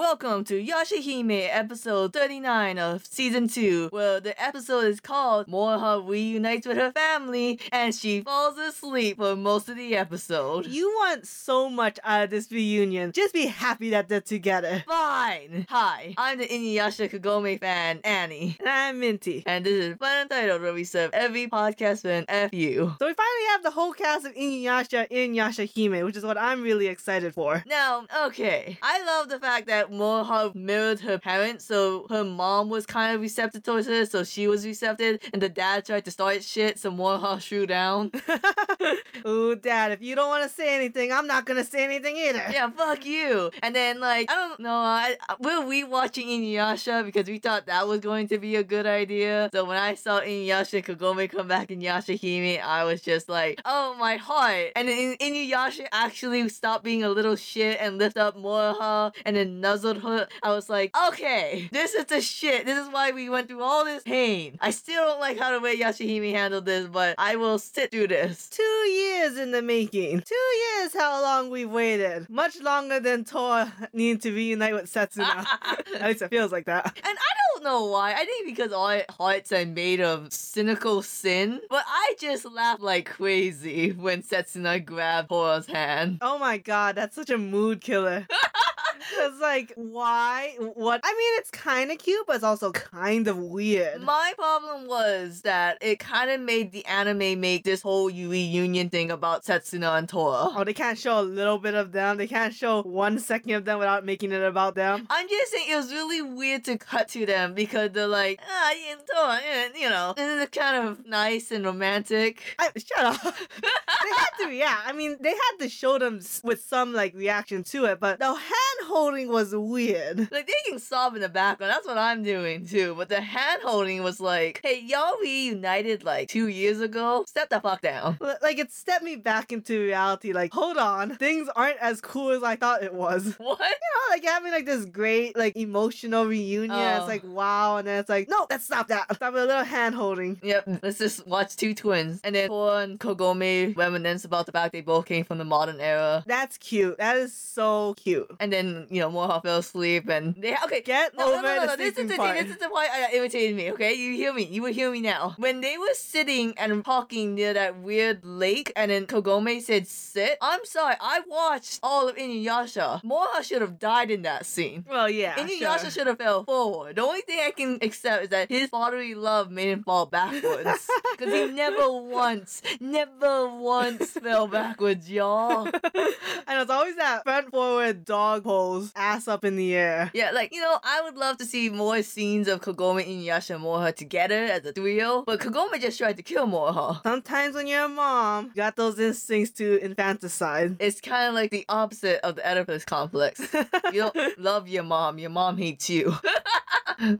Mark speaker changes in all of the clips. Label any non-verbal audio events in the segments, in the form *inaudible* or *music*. Speaker 1: Welcome to Yashihime episode 39 of season 2, where the episode is called Moha reunites with her family and she falls asleep for most of the episode.
Speaker 2: You want so much out of this reunion. Just be happy that they're together.
Speaker 1: Fine! Hi, I'm the Inuyasha Kagome fan, Annie.
Speaker 2: And I'm Minty.
Speaker 1: *laughs* And this is Planet Titled, where we serve every podcast fan F you.
Speaker 2: So we finally have the whole cast of Inuyasha in Yashahime, which is what I'm really excited for.
Speaker 1: Now, okay, I love the fact that Moha mirrored her parents, so her mom was kind of receptive towards her, so she was receptive, and the dad tried to start shit, so Moha threw
Speaker 2: *laughs*
Speaker 1: down. *laughs*
Speaker 2: Ooh, Dad, if you don't want to say anything, I'm not gonna say anything either.
Speaker 1: yeah, fuck you. And then like I don't know, I we're rewatching Inuyasha because we thought that was going to be a good idea. So when I saw Inuyasha and Kagome come back in Yashahime, I was just like, oh my heart. And then In- Inuyasha actually stopped being a little shit and lift up Moha and then nuzzled her. I was like, okay, this is the shit. This is why we went through all this pain. I still don't like how the way Yashahime handled this, but I will sit through this.
Speaker 2: Two years in the making. Two years how long we've waited. Much longer than Tor needed to reunite with
Speaker 1: *laughs*
Speaker 2: Setsuna. At least it feels like that.
Speaker 1: And I don't know why. I think because all hearts are made of cynical sin. But I just laughed like crazy when Setsuna grabbed Hora's hand.
Speaker 2: Oh my god, that's such a mood killer. it's like, why? What? I mean, it's kind of cute, but it's also kind of weird.
Speaker 1: My problem was that it kind of made the anime make this whole reunion thing about Setsuna and Tora.
Speaker 2: Oh, they can't show a little bit of them. They can't show one second of them without making it about them.
Speaker 1: I'm just saying it was really weird to cut to them because they're like, ah, you and Tora, and, you know, and it's kind of nice and romantic. *laughs*
Speaker 2: I, shut up. *laughs* they had to react. I mean, they had to show them s- with some like reaction to it, but the hand holding was weird. *laughs*
Speaker 1: Like they can sob in the background. That's what I'm doing too. But the hand holding was like, hey, y'all reunited like two years ago. Step the fuck down. *laughs*
Speaker 2: L- Like it stepped me back into reality. Like, hold on, things aren't as cool as I thought it was. *laughs*
Speaker 1: What?
Speaker 2: you know, like having like this great like emotional reunion.
Speaker 1: Oh.
Speaker 2: It's like wow, and then it's like no, let's stop that. Stop with a little hand holding.
Speaker 1: Yep, let's just watch two twins. And then Tor and Kogome reminisce about the fact they both came from the modern era.
Speaker 2: *laughs* That's cute. That is so cute.
Speaker 1: And then, you know, Moha fell asleep and they okay.
Speaker 2: Get
Speaker 1: No, no,
Speaker 2: over
Speaker 1: no, no,
Speaker 2: Oh, the
Speaker 1: no. This is
Speaker 2: sleeping
Speaker 1: the
Speaker 2: part.
Speaker 1: thing. This is the part that irritated me. Okay, you hear me. You will hear me now. When they were sitting and talking near that weird lake, and then Kogome said, "Sit." I'm sorry. I watched all of Inuyasha. Moha should have died in that scene.
Speaker 2: well, yeah.
Speaker 1: Inuyasha
Speaker 2: sure.
Speaker 1: should have fell forward. The only thing I can accept is that his fatherly love made him fall backwards. Because he never once, never once fell backwards, y'all.
Speaker 2: *laughs* and it's always that front forward dog pose, ass up in the air.
Speaker 1: Yeah, like, you know, I would love to see more scenes of Kagome, Inuyasha, and Moha together as a trio, but Kagome just tried to kill Moha.
Speaker 2: Sometimes when you're a mom, you got those instincts to *laughs* infanticide.
Speaker 1: It's kind of like the opposite of the Oedipus complex. You don't love your mom, your mom hates you. *laughs*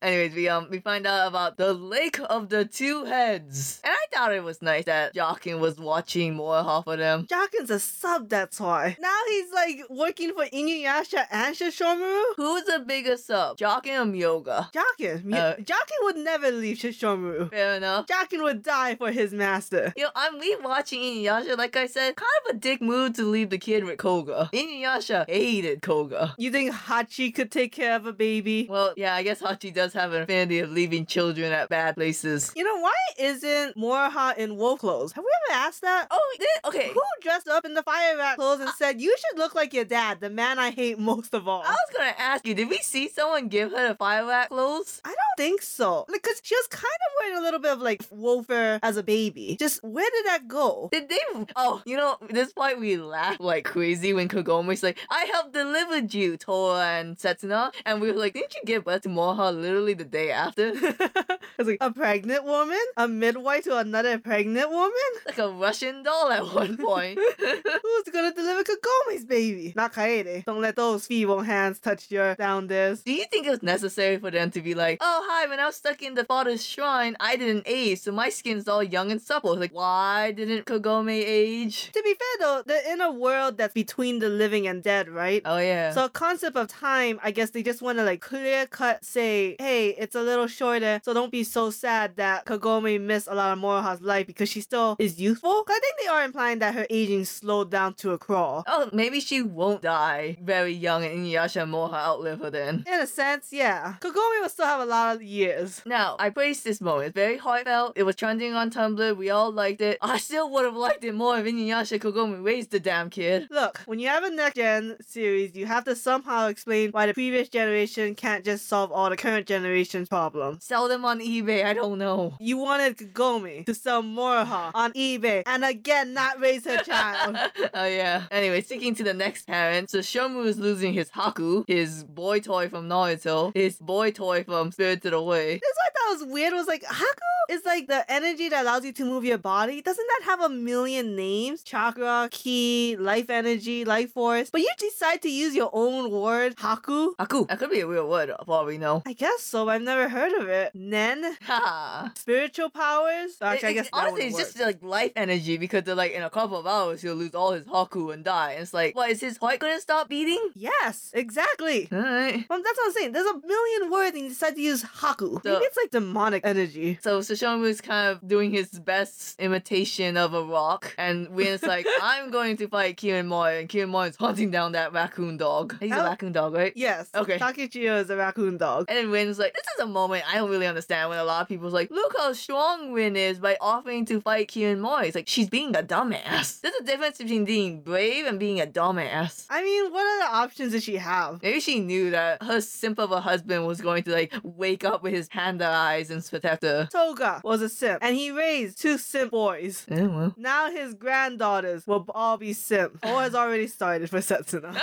Speaker 1: Anyways, we um we find out about the Lake of the Two Heads. And I thought it was nice that Jockin was watching Moha for them.
Speaker 2: Jockin's a sub, that's why. Now he's like working for Inuyasha and Shishomaru.
Speaker 1: Who's the bigger sub, Jockin or Myoga?
Speaker 2: Jockin. Mu-
Speaker 1: Uh,
Speaker 2: Jockin would never leave Shishomaru.
Speaker 1: Fair enough.
Speaker 2: Jockin would die for his master.
Speaker 1: You know, I'm rewatching Inuyasha, like I said, kind of a dick move to leave the kid with Koga. Inuyasha hated Koga.
Speaker 2: You think Hachi could take care of a baby?
Speaker 1: Well, yeah, I guess Hachi does have an affinity of leaving children at bad places.
Speaker 2: You know, why isn't Moraha in wolf clothes? Have we ever asked that?
Speaker 1: Oh, thi- okay.
Speaker 2: Who dressed up in the fire rat clothes and said, You should look like your dad, the man I hate most of all?
Speaker 1: I was gonna ask you, did we see someone give her the fire rat clothes?
Speaker 2: I don't think so. Because she was kind of wearing a little bit of like wolf fur as a baby. Just where did that go? *laughs*
Speaker 1: Did they? Oh, you know, this part we laughed like crazy when Kagome's like, I helped deliver you, Tora and Setsuna. And we were like, didn't you give birth to Moha literally the day after? *laughs*
Speaker 2: I was like, A pregnant woman? A midwife to another pregnant woman?
Speaker 1: like a Russian doll at one point.
Speaker 2: Who's gonna deliver Kagome's baby? Not Kaede. Don't let those feeble hands touch your down this.
Speaker 1: Do you think it was necessary for them to be like, oh, hi, when I was stuck in the father's shrine, I didn't age, so my skin's all young and supple? Like, why didn't Kagome age?
Speaker 2: To be fair though, they're in a world that's between the living and dead, right?
Speaker 1: Oh, yeah.
Speaker 2: So concept of time, I guess they just want to like clear cut say, hey, it's a little shorter, so don't be so sad that Kagome missed a lot of more Konoha's life because she still is youthful. 'Cause I think they are implying that her aging slowed down to a crawl.
Speaker 1: Oh, maybe she won't die very young and Inuyasha and Moha outlive her then.
Speaker 2: In a sense, yeah. Kagome will still have a lot of years.
Speaker 1: Now, I praised this moment. It's very heartfelt. It was trending on Tumblr. We all liked it. I still would have liked it more if Inuyasha Kagome raised the damn kid. *laughs*
Speaker 2: Look, when you have a next gen series, you have to somehow explain why the previous generation can't just solve all the current generation's problems.
Speaker 1: Sell them on eBay. I don't know. *laughs*
Speaker 2: You wanted Kagome to sell Moraha on eBay and again not raise her child.
Speaker 1: oh yeah. Anyway, sticking to the next parent, so Shomu is losing his Haku, his boy toy from Naruto, his boy toy from Spirited Away.
Speaker 2: That's what I thought was weird was like Haku is like the energy that allows you to move your body. Doesn't that have a million names? Chakra, ki, life energy, life force. But you decide to use your own word, Haku.
Speaker 1: Haku. That could be a real word, for all we know. *laughs*
Speaker 2: I guess so. I've never heard of it. Nen.
Speaker 1: Ha.
Speaker 2: Spiritual powers. Actually, I
Speaker 1: It-
Speaker 2: guess
Speaker 1: it's-
Speaker 2: that
Speaker 1: honestly,
Speaker 2: wouldn't
Speaker 1: it's just
Speaker 2: work.
Speaker 1: like life energy because they're like in a couple of hours he'll lose all his haku and die. And it's like, what is his heart gonna stop beating? *laughs*
Speaker 2: yes, exactly.
Speaker 1: All right.
Speaker 2: Well, that's what I'm saying. There's a million words and you decide to use Haku.
Speaker 1: So-
Speaker 2: Maybe it's like demonic energy.
Speaker 1: So Sashomu is kind of doing his best imitation of a rock, and Win's like, "I'm going to fight Kirin Moy," and Kirin Moy is hunting down that raccoon dog. He's a
Speaker 2: How-
Speaker 1: raccoon dog, right?
Speaker 2: Yes.
Speaker 1: Okay.
Speaker 2: Takichio is a raccoon dog.
Speaker 1: *laughs* And then Win's like, this is a moment I don't really understand when a lot of people's like, look how strong Win is by offering to fight Kirin Moy. It's like, she's being a dumbass. There's a difference between being brave and being a dumbass.
Speaker 2: I mean, what other options does she have?
Speaker 1: Maybe she knew that her simp of a husband was going to like wake up with his panda eyes and protect her.
Speaker 2: Toga was a simp, and he raised two simp boys.
Speaker 1: Yeah, well.
Speaker 2: Now his granddaughters will all be simp.
Speaker 1: *laughs*
Speaker 2: Or has already started for Setsuna.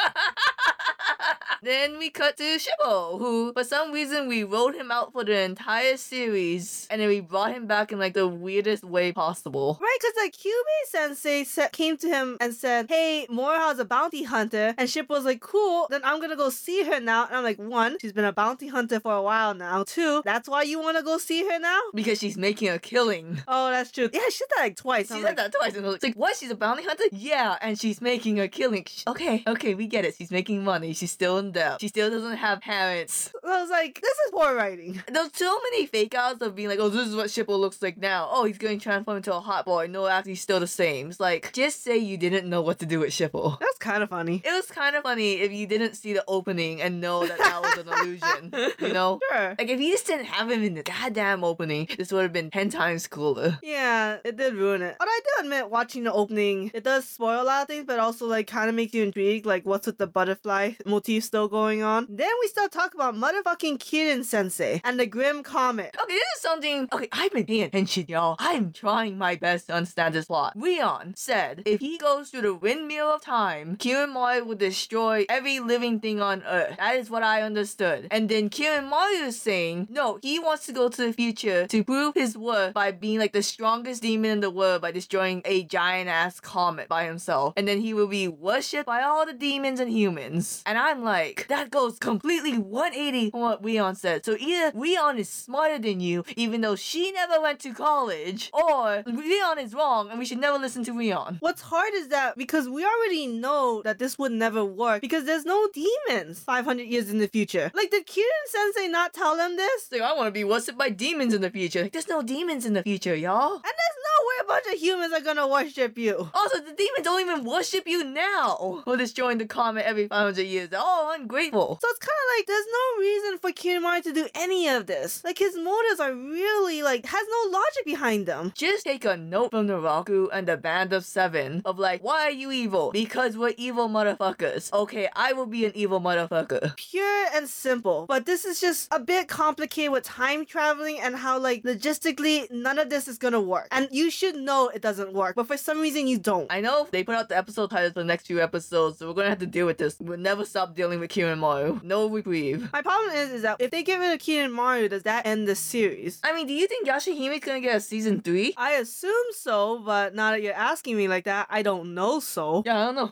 Speaker 1: then we cut to Shibo, who for some reason we wrote him out for the entire series, and then we brought him back in like the weirdest way
Speaker 2: *laughs*
Speaker 1: possible.
Speaker 2: Right, because like Kyubei Sensei sa- came to him and said, "Hey, Moraha's a bounty hunter," and Ship was like, "Cool, then I'm gonna go see her now." And I'm like, one, she's been a bounty hunter for a while now. Two, that's why you wanna go see
Speaker 1: *laughs*
Speaker 2: her now?
Speaker 1: Because she's making a killing.
Speaker 2: Oh, that's true. Yeah, she said that like twice.
Speaker 1: She
Speaker 2: I'm
Speaker 1: said
Speaker 2: like,
Speaker 1: that twice, and I was like, "What? She's a bounty hunter? Yeah, and she's making a killing. Sh- Okay, okay, we get it. She's making money. She's still in debt. She still doesn't have parents.
Speaker 2: I was like, this is poor writing.
Speaker 1: There's so many fake outs of being like, "Oh, this is what Shippo looks like now. Oh, he's going to transform into a hot boy. No, actually, he's still the same." It's like, just say you didn't know what to do with Shippo.
Speaker 2: That's kind of
Speaker 1: *laughs*
Speaker 2: funny.
Speaker 1: It was kind of funny if you didn't see the opening and know that that was an illusion. You know.
Speaker 2: Sure.
Speaker 1: Like if you just didn't have him in the goddamn opening, this would have been ten times cooler.
Speaker 2: Yeah, it did ruin it. But I do admit, watching the opening, it does spoil a lot of things, but also like kind of makes you intrigued, like what's with the butterfly motif still going on. Then we still talk about motherfucking Kirin Sensei and the Grim Comet.
Speaker 1: Okay, this is something. Okay, I've been paying attention, y'all. I'm trying my best to understand this plot. Rion said if he goes through the windmill of time, Kirin Mario will destroy every living thing on Earth. That is what I understood. And then Kirin Mario is saying, no, he wants to go to the future to prove his worth by being like the strongest demon in the world by destroying a giant ass comet by himself. And then he will be worshipped by all the demons and humans. And I'm like, that goes completely 180 from what Rion said. So either Rion is smarter than you, even though she never went to college, or Rion is wrong and we should never listen to Rion.
Speaker 2: What's hard is that because we already know that this would never work because there's no demons 500 years in the future. Like, did Kirin Sensei not tell them this?
Speaker 1: *laughs* So I want to be worshipped by demons in the future. Like, there's no demons in the future, y'all.
Speaker 2: And there's no way a bunch of humans are gonna worship you.
Speaker 1: Also, the demons don't even worship you now for destroying the comet every 500 years. They're all ungrateful.
Speaker 2: So it's kind of like there's no reason for Kirimari to do any of this. Like his motives are really like has no logic behind them.
Speaker 1: Just take a note from the Raku and the Band of Seven of like, why are you evil? Because we're evil motherfuckers. Okay, I will be an evil motherfucker.
Speaker 2: Pure and simple, but this is just a bit complicated with time traveling and how like logistically none of this is gonna work. And you should know it doesn't work, but for some reason you don't.
Speaker 1: I know they put out the episode titles for the next few episodes, so we're gonna have to deal with this. We'll never stop dealing with Kirin Maru. No reprieve.
Speaker 2: My problem is is that if they get rid of Kirin Maru, does that end the series?
Speaker 1: I mean, do you think Yashihimi's gonna get a season three?
Speaker 2: I assume so, but now that you're asking me like that, I don't know so.
Speaker 1: Yeah, I don't know.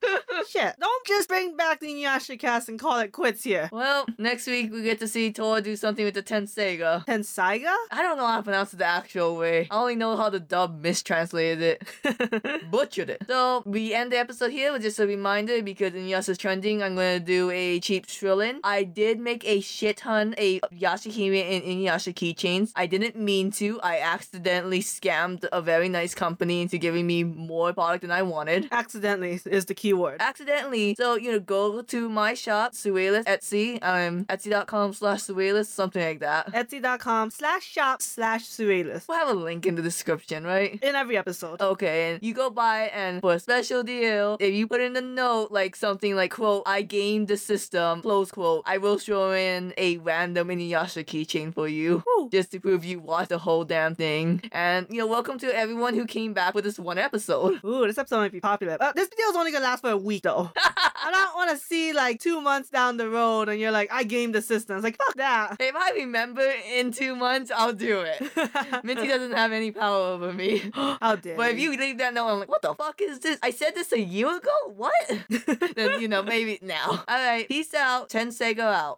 Speaker 2: Shit, don't just bring back the Inuyasha cast and call it quits here.
Speaker 1: well, next week we get to see Tora do something with the Tenseiga.
Speaker 2: Tensaiga?
Speaker 1: I don't know how to pronounce it the actual way. I only know how the dub mistranslated it. *laughs* Butchered it. So we end the episode here with just a reminder because Inuyasha's trending. I'm gonna do a cheap Shrillin. I did make a shit ton of Yashihime and Inuyasha keychains. I didn't mean to. I accidentally scammed a very nice company into giving me more product than I
Speaker 2: *laughs*
Speaker 1: wanted.
Speaker 2: Accidentally is the key word.
Speaker 1: Accidentally. So, you know, go to my shop, Suelis Etsy, um, etsy.com slash Suelis, something like that.
Speaker 2: *laughs* Etsy.com slash shop slash surrealist.
Speaker 1: We'll have a link in the description, right?
Speaker 2: In every episode.
Speaker 1: Okay, and you go buy it, and for a special deal, if you put in a note like something like quote, I gamed the system, close quote, I will throw in a random Inuyasha keychain for you.
Speaker 2: Woo.
Speaker 1: Just to prove you watched the whole damn thing. And you know, welcome to everyone who came back with this one episode. *laughs*
Speaker 2: Ooh, this episode might be popular. Uh, this video's only gonna last for a week though. I don't wanna see like two months down the road and you're like, I gamed the system. It's like, fuck that.
Speaker 1: if I remember in two months, I'll do it. *laughs*
Speaker 2: *laughs*
Speaker 1: Minty doesn't have any power over me. *gasps*
Speaker 2: How dare
Speaker 1: But if you leave that note, I'm like, what the fuck is this? I said this a *laughs* year ago? What? then, you know, maybe now. All right. Peace out. Ten Sego out.